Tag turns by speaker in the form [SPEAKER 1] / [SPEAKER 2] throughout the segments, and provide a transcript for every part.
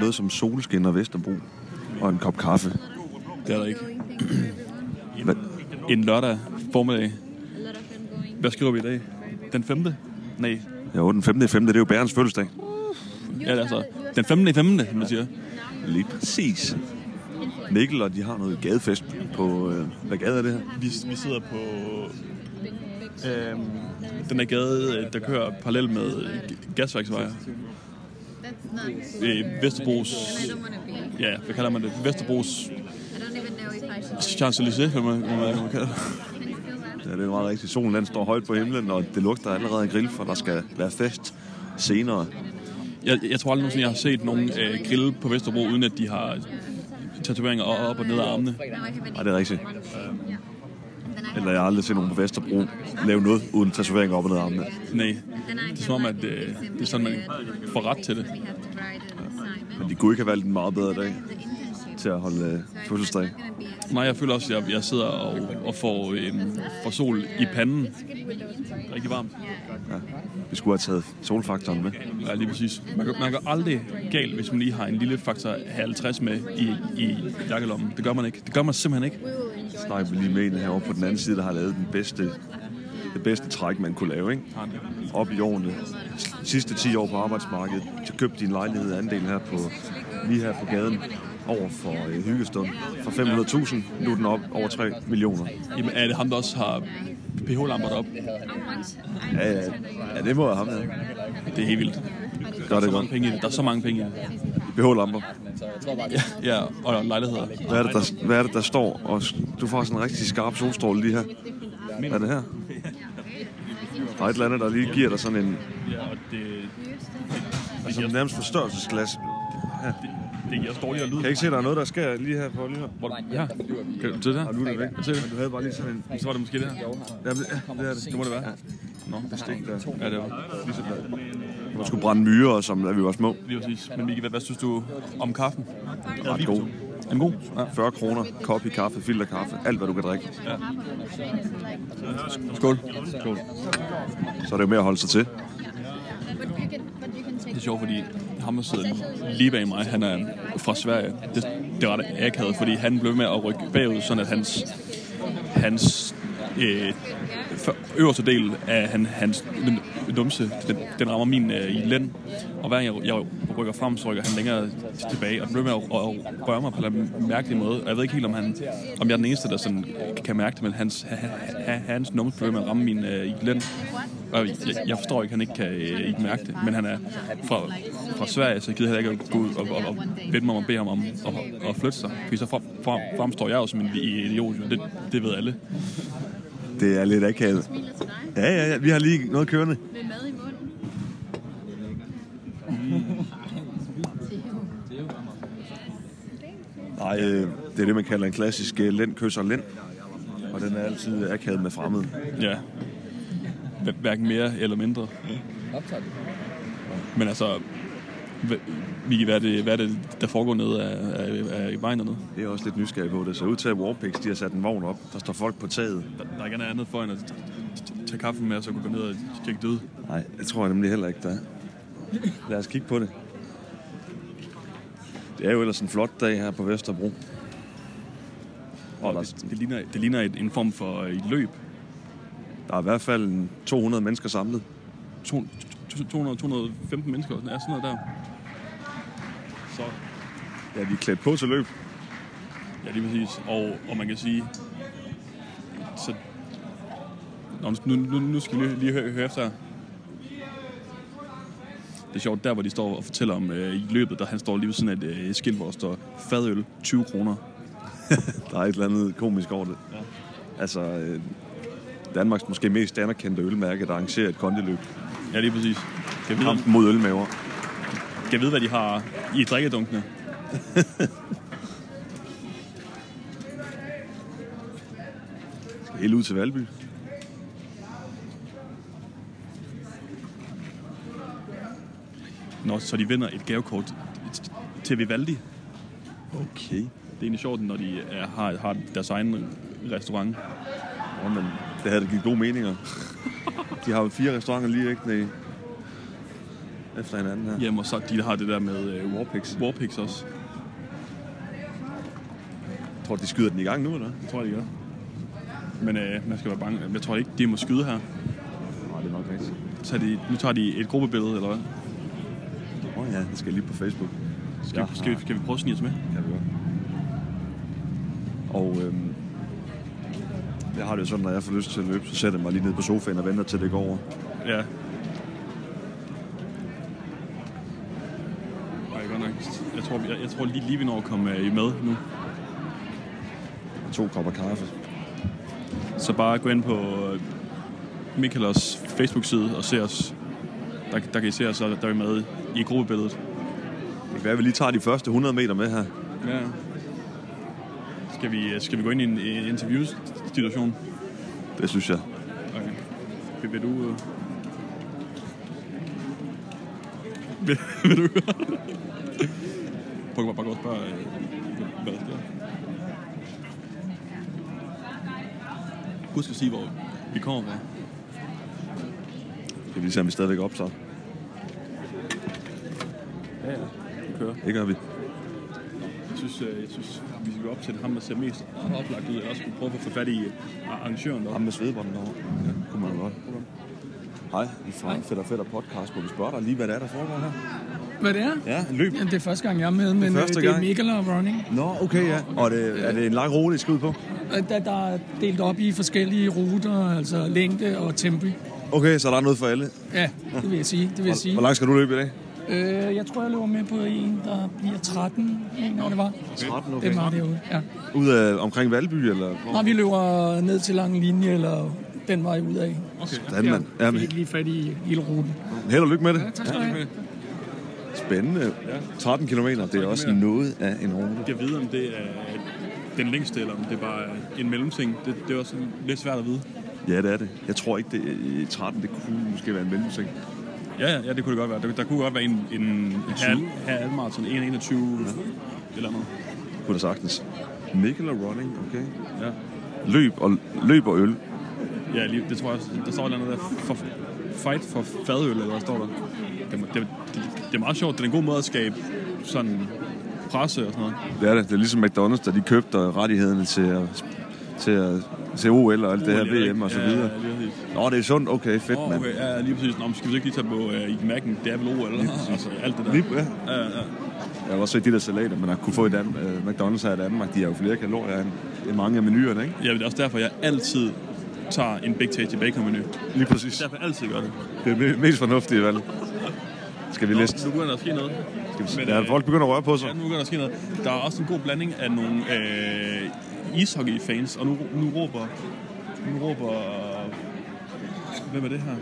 [SPEAKER 1] noget som solskin og Vesterbro og en kop kaffe.
[SPEAKER 2] Det er der ikke. En lørdag formiddag. Hvad skriver vi i dag? Den 5. Nej,
[SPEAKER 1] Jo, den 5. 5. det er jo Bærens fødselsdag.
[SPEAKER 2] ja, det er så. Den 15. i 15. som man siger.
[SPEAKER 1] Lige præcis. Mikkel og de har noget gadefest på... Øh, hvad gade er det her?
[SPEAKER 2] Vi, vi sidder på øhm, den der gade, øh, der kører parallelt med øh, gasværksvej. Øh, Vesterbros, ja, hvad kalder man det? Vesterbros Champs-Élysées, kan man, kan man, kan man kalde det.
[SPEAKER 1] Ja, det er meget rigtigt. Solen den står højt på himlen, og det lugter allerede af grill, for der skal være fest senere.
[SPEAKER 2] Jeg, jeg tror aldrig nogensinde, jeg har set nogen øh, grille på Vesterbro, uden at de har tatoveringer op op og ned af armene.
[SPEAKER 1] Nej, det er rigtigt. Eller jeg har aldrig set nogen på Vesterbro lave noget uden tatoveringer op og ned af armene.
[SPEAKER 2] Nej, det er som om, at øh, det er sådan, man får ret til det.
[SPEAKER 1] Men de kunne ikke have valgt en meget bedre dag til at holde øh, fødselsdag.
[SPEAKER 2] Nej, jeg føler også, at jeg, jeg sidder og, og får, øh, får sol i panden. Rigtig varmt.
[SPEAKER 1] Vi skulle have taget solfaktoren med.
[SPEAKER 2] Ja, lige præcis. Man, går- man går aldrig galt, hvis man lige har en lille faktor 50 med i, i jakkelommen. Det gør man ikke. Det gør man simpelthen ikke.
[SPEAKER 1] Så snakker vi lige med en herovre på den anden side, der har lavet den bedste, det bedste træk, man kunne lave. Ikke? Op i årene. Sidste 10 år på arbejdsmarkedet. Så købte din lejlighed andel her på, lige her på gaden over for øh, Hyggestund. For 500.000, nu er den op over 3 millioner.
[SPEAKER 2] Jamen, er det ham, der også har pH-lamper op?
[SPEAKER 1] Ja, ja, ja det må jeg have med.
[SPEAKER 2] Det er helt vildt.
[SPEAKER 1] Gør det
[SPEAKER 2] Så mange
[SPEAKER 1] godt.
[SPEAKER 2] penge i det. Der er så mange penge i det.
[SPEAKER 1] BH-lamper.
[SPEAKER 2] Ja, og der er lejligheder.
[SPEAKER 1] Hvad er det, der, hvad er det, der står? Og s- du får sådan en rigtig skarp solstråle lige her. Hvad er det her? Der er et eller andet, der lige giver dig sådan en
[SPEAKER 2] Ja, og det,
[SPEAKER 1] altså nærmest forstørrelsesglas.
[SPEAKER 2] det giver os dårligere lyd.
[SPEAKER 1] Kan jeg ikke se, der er noget, der sker lige her på lige her?
[SPEAKER 2] Hvor, ja, kan du se det her?
[SPEAKER 1] Og nu er det væk.
[SPEAKER 2] Se det.
[SPEAKER 1] Men du havde bare lige sådan en...
[SPEAKER 2] Så var det måske det her.
[SPEAKER 1] Ja, men- ja, det er det.
[SPEAKER 2] Det må det være. Nå,
[SPEAKER 1] Stik der.
[SPEAKER 2] ja, det var lige så bad.
[SPEAKER 1] Man skulle brænde myrer, som da vi var små.
[SPEAKER 2] Lige præcis. Men Miki, hvad, hvad synes du om kaffen?
[SPEAKER 1] Ret god.
[SPEAKER 2] Er den god? Ja.
[SPEAKER 1] 40 kroner, kop i kaffe, filterkaffe, alt hvad du kan drikke.
[SPEAKER 2] Skål. Skål.
[SPEAKER 1] Så er det jo med at holde sig til.
[SPEAKER 2] Det er sjovt, fordi ham, der sidder lige bag mig, han er fra Sverige. Det, det er ret akavet, fordi han blev ved med at rykke bagud, sådan at hans, hans øh, f- øverste del af han, hans numse, den, den rammer min øh, i lænd. Og hver gang jeg, jeg rykker frem, så rykker han længere t- tilbage, og den blev ved med at, at, at røre mig på en eller anden mærkelig måde. Og jeg ved ikke helt, om, han, om jeg er den eneste, der sådan kan mærke det, men hans, ha, ha- ha, hans numse blev ved med at ramme min øh, i lænd. Og jeg, jeg forstår ikke, at han ikke kan øh, ikke mærke det, men han er fra, fra Sverige, så jeg gider heller ikke at gå ud og, og, og vende mig om og bede ham om at, at flytte sig. Fordi så frem, frem, fremstår jeg jo som en idiot, jo. det, det ved alle.
[SPEAKER 1] Det er lidt akavet. Ja, ja, ja. Vi har lige noget kørende. Nej, øh, det er det, man kalder en klassisk øh, lænd kysser lænd. Og den er altid akavet med fremmede.
[SPEAKER 2] Ja. Hver- Hverken mere eller mindre. Men altså, hva- Miki, hvad er det, hvad er det der foregår nede af, af, af vejen dernede?
[SPEAKER 1] Det er også lidt nysgerrig på det. Så ud til at Warpix, de har sat en vogn op. Der står folk på taget.
[SPEAKER 2] Der, der er ikke noget andet for end at t- t- tage kaffen med, og så kunne gå ned og tjekke død.
[SPEAKER 1] Nej, det tror jeg nemlig heller ikke, der er. Lad os kigge på det. Det er jo ellers en flot dag her på Vesterbro. Og der,
[SPEAKER 2] Det, det ligner, det ligner et, en form for øh, et løb.
[SPEAKER 1] der er i hvert fald en 200 mennesker samlet.
[SPEAKER 2] 200-215 mennesker, og sådan, ja, sådan noget der. Så,
[SPEAKER 1] Ja, de er klædt på til løb.
[SPEAKER 2] ja, lige præcis. Og, og man kan sige, så... Nå, nu, nu, nu skal vi lige, lige høre, høre efter her. Det er sjovt, der hvor de står og fortæller om øh, i løbet, der han står lige ved sådan et øh, skilt, hvor der står fadøl 20 kroner.
[SPEAKER 1] Der er et eller andet komisk over det. Ja. Altså, øh, Danmarks måske mest anerkendte ølmærke, der arrangerer et kondiløb.
[SPEAKER 2] Ja, lige præcis. Kan jeg vide, om,
[SPEAKER 1] Kampen mod ølmaver.
[SPEAKER 2] kan jeg vide hvad de har i drikkedunkene?
[SPEAKER 1] Skal helt ud til Valby.
[SPEAKER 2] Nå, så de vinder et gavekort t- til Vivaldi.
[SPEAKER 1] Okay.
[SPEAKER 2] Det er egentlig sjovt, når de er, har, har deres egen restaurant.
[SPEAKER 1] Nå, men det havde da givet gode meninger. De har jo fire restauranter lige ikke nede. efter hinanden her.
[SPEAKER 2] Jamen, og så de der har det der med øh,
[SPEAKER 1] Warpix.
[SPEAKER 2] Warpix også.
[SPEAKER 1] Tror du, de skyder den i gang nu, eller?
[SPEAKER 2] Det tror jeg, de gør. Men øh, man skal være bange. Jeg tror ikke, de må skyde her.
[SPEAKER 1] Nej, det er nok rigtigt.
[SPEAKER 2] Så de, nu tager de et gruppebillede, eller hvad?
[SPEAKER 1] Åh oh, ja, det skal jeg lige på Facebook.
[SPEAKER 2] Skal, ja, skal, vi, skal vi prøve at snige os med?
[SPEAKER 1] Kan vi godt. Og øhm, jeg har det jo sådan, når jeg får lyst til at løbe, så sætter jeg mig lige ned på sofaen og venter til det går over.
[SPEAKER 2] Ja. Ej, godt nok. Jeg tror, jeg, jeg tror lige, lige vi når at komme øh, med nu.
[SPEAKER 1] Og to kopper kaffe.
[SPEAKER 2] Så bare gå ind på øh, Michaelos Facebook-side og se os. Der, der kan I se os, og der er vi med i gruppebilledet.
[SPEAKER 1] Det kan være, at vi lige tager de første 100 meter med her.
[SPEAKER 2] Ja. Skal vi, skal vi gå ind i en øh, interview-situation?
[SPEAKER 1] Det synes jeg.
[SPEAKER 2] Okay. Vil, vil du... Øh... Vil, vil du... Prøv at bare gå og spørge, øh, hvad der sker. Husk at sige, hvor vi kommer fra.
[SPEAKER 1] Skal vi lige se, om vi stadigvæk optager?
[SPEAKER 2] Ja, ja. Vi kører.
[SPEAKER 1] Det gør vi.
[SPEAKER 2] Jeg synes, øh, jeg synes vi skal gå op til det ham, der ser mest oplagt ud. Jeg også skulle prøve at få fat i øh, arrangøren
[SPEAKER 1] Ham
[SPEAKER 2] deroppe.
[SPEAKER 1] med svedbånden derovre. Ja, kunne man godt. Hej, vi er fra Fedt og Fedt og Podcast, hvor vi spørger dig lige, hvad det er, der foregår her.
[SPEAKER 3] Hvad det er?
[SPEAKER 1] Ja, løb.
[SPEAKER 3] Jamen, det er første gang, jeg er med, men det er,
[SPEAKER 1] første
[SPEAKER 3] det er
[SPEAKER 1] gang.
[SPEAKER 3] Michael og Ronnie.
[SPEAKER 1] Nå, okay, ja. Og er det, er det en lang rute, I skal ud på?
[SPEAKER 3] Og Der, der er delt op i forskellige ruter, altså længde og tempo.
[SPEAKER 1] Okay, så der er noget for alle.
[SPEAKER 3] Ja, det vil jeg sige. Det vil jeg sige.
[SPEAKER 1] Hvor langt skal du løbe i dag?
[SPEAKER 3] Øh, jeg tror, jeg løber med på en, der bliver 13, mener det var.
[SPEAKER 1] 13,
[SPEAKER 3] Det er meget derude, ja.
[SPEAKER 1] Ud af, omkring Valby, eller?
[SPEAKER 3] Nå, vi løber ned til lang linje, eller den vej ud af.
[SPEAKER 2] Okay, ja.
[SPEAKER 1] Hvordan, mand?
[SPEAKER 3] Ja,
[SPEAKER 1] Jamen,
[SPEAKER 3] vi ikke lige fat i hele ruten.
[SPEAKER 1] held og lykke med det.
[SPEAKER 3] Ja, tak skal du have.
[SPEAKER 1] Spændende. 13 km, det er også noget af en rute.
[SPEAKER 2] Jeg ved, om det er den længste, eller om det er bare en mellemting. Det, det er også lidt svært at vide.
[SPEAKER 1] Ja, det er det. Jeg tror ikke, det er 13. Det kunne måske være en mellemting.
[SPEAKER 2] Ja, ja, ja, det kunne det godt være. Der, der kunne godt være en, en, en halv, halvmarathon, 1,21 eller noget.
[SPEAKER 1] Kunne det sagtens. Mikkel og running, okay.
[SPEAKER 2] Ja,
[SPEAKER 1] Løb og, løb og øl.
[SPEAKER 2] ja lige, det tror jeg også. Der står et eller andet der. For, fight for fadøl, eller hvad står der? Det, er- det, det, det er meget sjovt. Det er en god måde at skabe sådan presse og sådan noget.
[SPEAKER 1] Det er det. Det er ligesom McDonald's, der de købte øh, rettighederne til, at- til, at- til OL og alt det her VM og så
[SPEAKER 2] Ja,
[SPEAKER 1] videre.
[SPEAKER 2] Ja, lige præcis.
[SPEAKER 1] Nå, det er sundt. Okay, fedt,
[SPEAKER 2] Åh,
[SPEAKER 1] mand.
[SPEAKER 2] okay, ja, lige præcis. Nå, men skal vi så ikke lige tage på øh, i Mac'en? Det er vel OL, altså alt det der.
[SPEAKER 1] Lige- ja.
[SPEAKER 2] ja, ja.
[SPEAKER 1] Jeg har også set de der salater, man har kunne få i Dan- øh, McDonald's her i Danmark. De har jo flere kalorier end, end mange af menuerne, ikke?
[SPEAKER 2] ja men det er også derfor, jeg altid tager en Big Tasty Bacon menu. Det
[SPEAKER 1] Lige præcis.
[SPEAKER 2] er derfor, jeg altid gør det.
[SPEAKER 1] Det er det mest fornuftige valg. Skal vi
[SPEAKER 2] Nå,
[SPEAKER 1] liste?
[SPEAKER 2] Nu begynder der at ske noget. Men,
[SPEAKER 1] Ja,
[SPEAKER 2] øh,
[SPEAKER 1] folk begynder at røre på sig.
[SPEAKER 2] Ja, nu begynder der at ske noget. Der er også en god blanding af nogle øh, ishockey-fans, og nu, nu råber... Nu råber... Hvem er det her?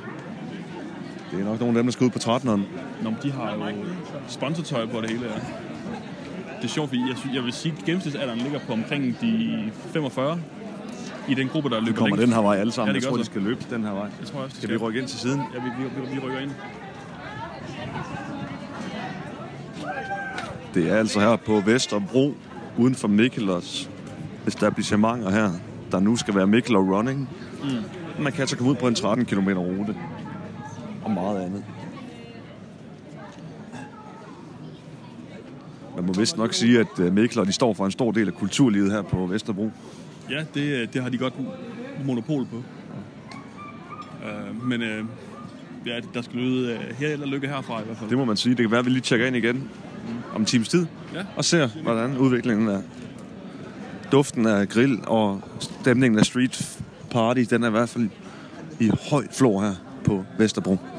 [SPEAKER 1] Det er nok nogle af dem, der skal ud på 13'eren.
[SPEAKER 2] Nå, men de har jo sponsortøj på det hele. Ja. Det er sjovt, fordi jeg, sy- jeg vil sige, at gennemsnitsalderen ligger på omkring de 45 i den gruppe, der løber
[SPEAKER 1] Nu kommer den her vej alle sammen.
[SPEAKER 2] Ja,
[SPEAKER 1] jeg
[SPEAKER 2] det gør
[SPEAKER 1] tror, de
[SPEAKER 2] så.
[SPEAKER 1] skal løbe den her vej.
[SPEAKER 2] Jeg tror også, de
[SPEAKER 1] Skal vi rykke ind til siden?
[SPEAKER 2] Ja, vi, vi, vi, vi rykker ind.
[SPEAKER 1] Det er altså her på Vesterbro, uden for Mikkelers etablissementer her, der nu skal være Mikkel og Running. Mm. Man kan altså komme ud på en 13 km rute. Og meget andet. Man må vist nok sige, at øh, Mikler, de står for en stor del af kulturlivet her på Vesterbro.
[SPEAKER 2] Ja, det, øh, det har de godt monopol på. Uh, men uh, ja, der skal lyde uh, her eller lykke herfra i hvert fald.
[SPEAKER 1] Det må man sige. Det kan være, at vi lige tjekker ind igen om en times tid.
[SPEAKER 2] Ja.
[SPEAKER 1] Og ser, hvordan udviklingen er. Duften af grill og stemningen af street party, den er i hvert fald i høj flor her på Vesterbro.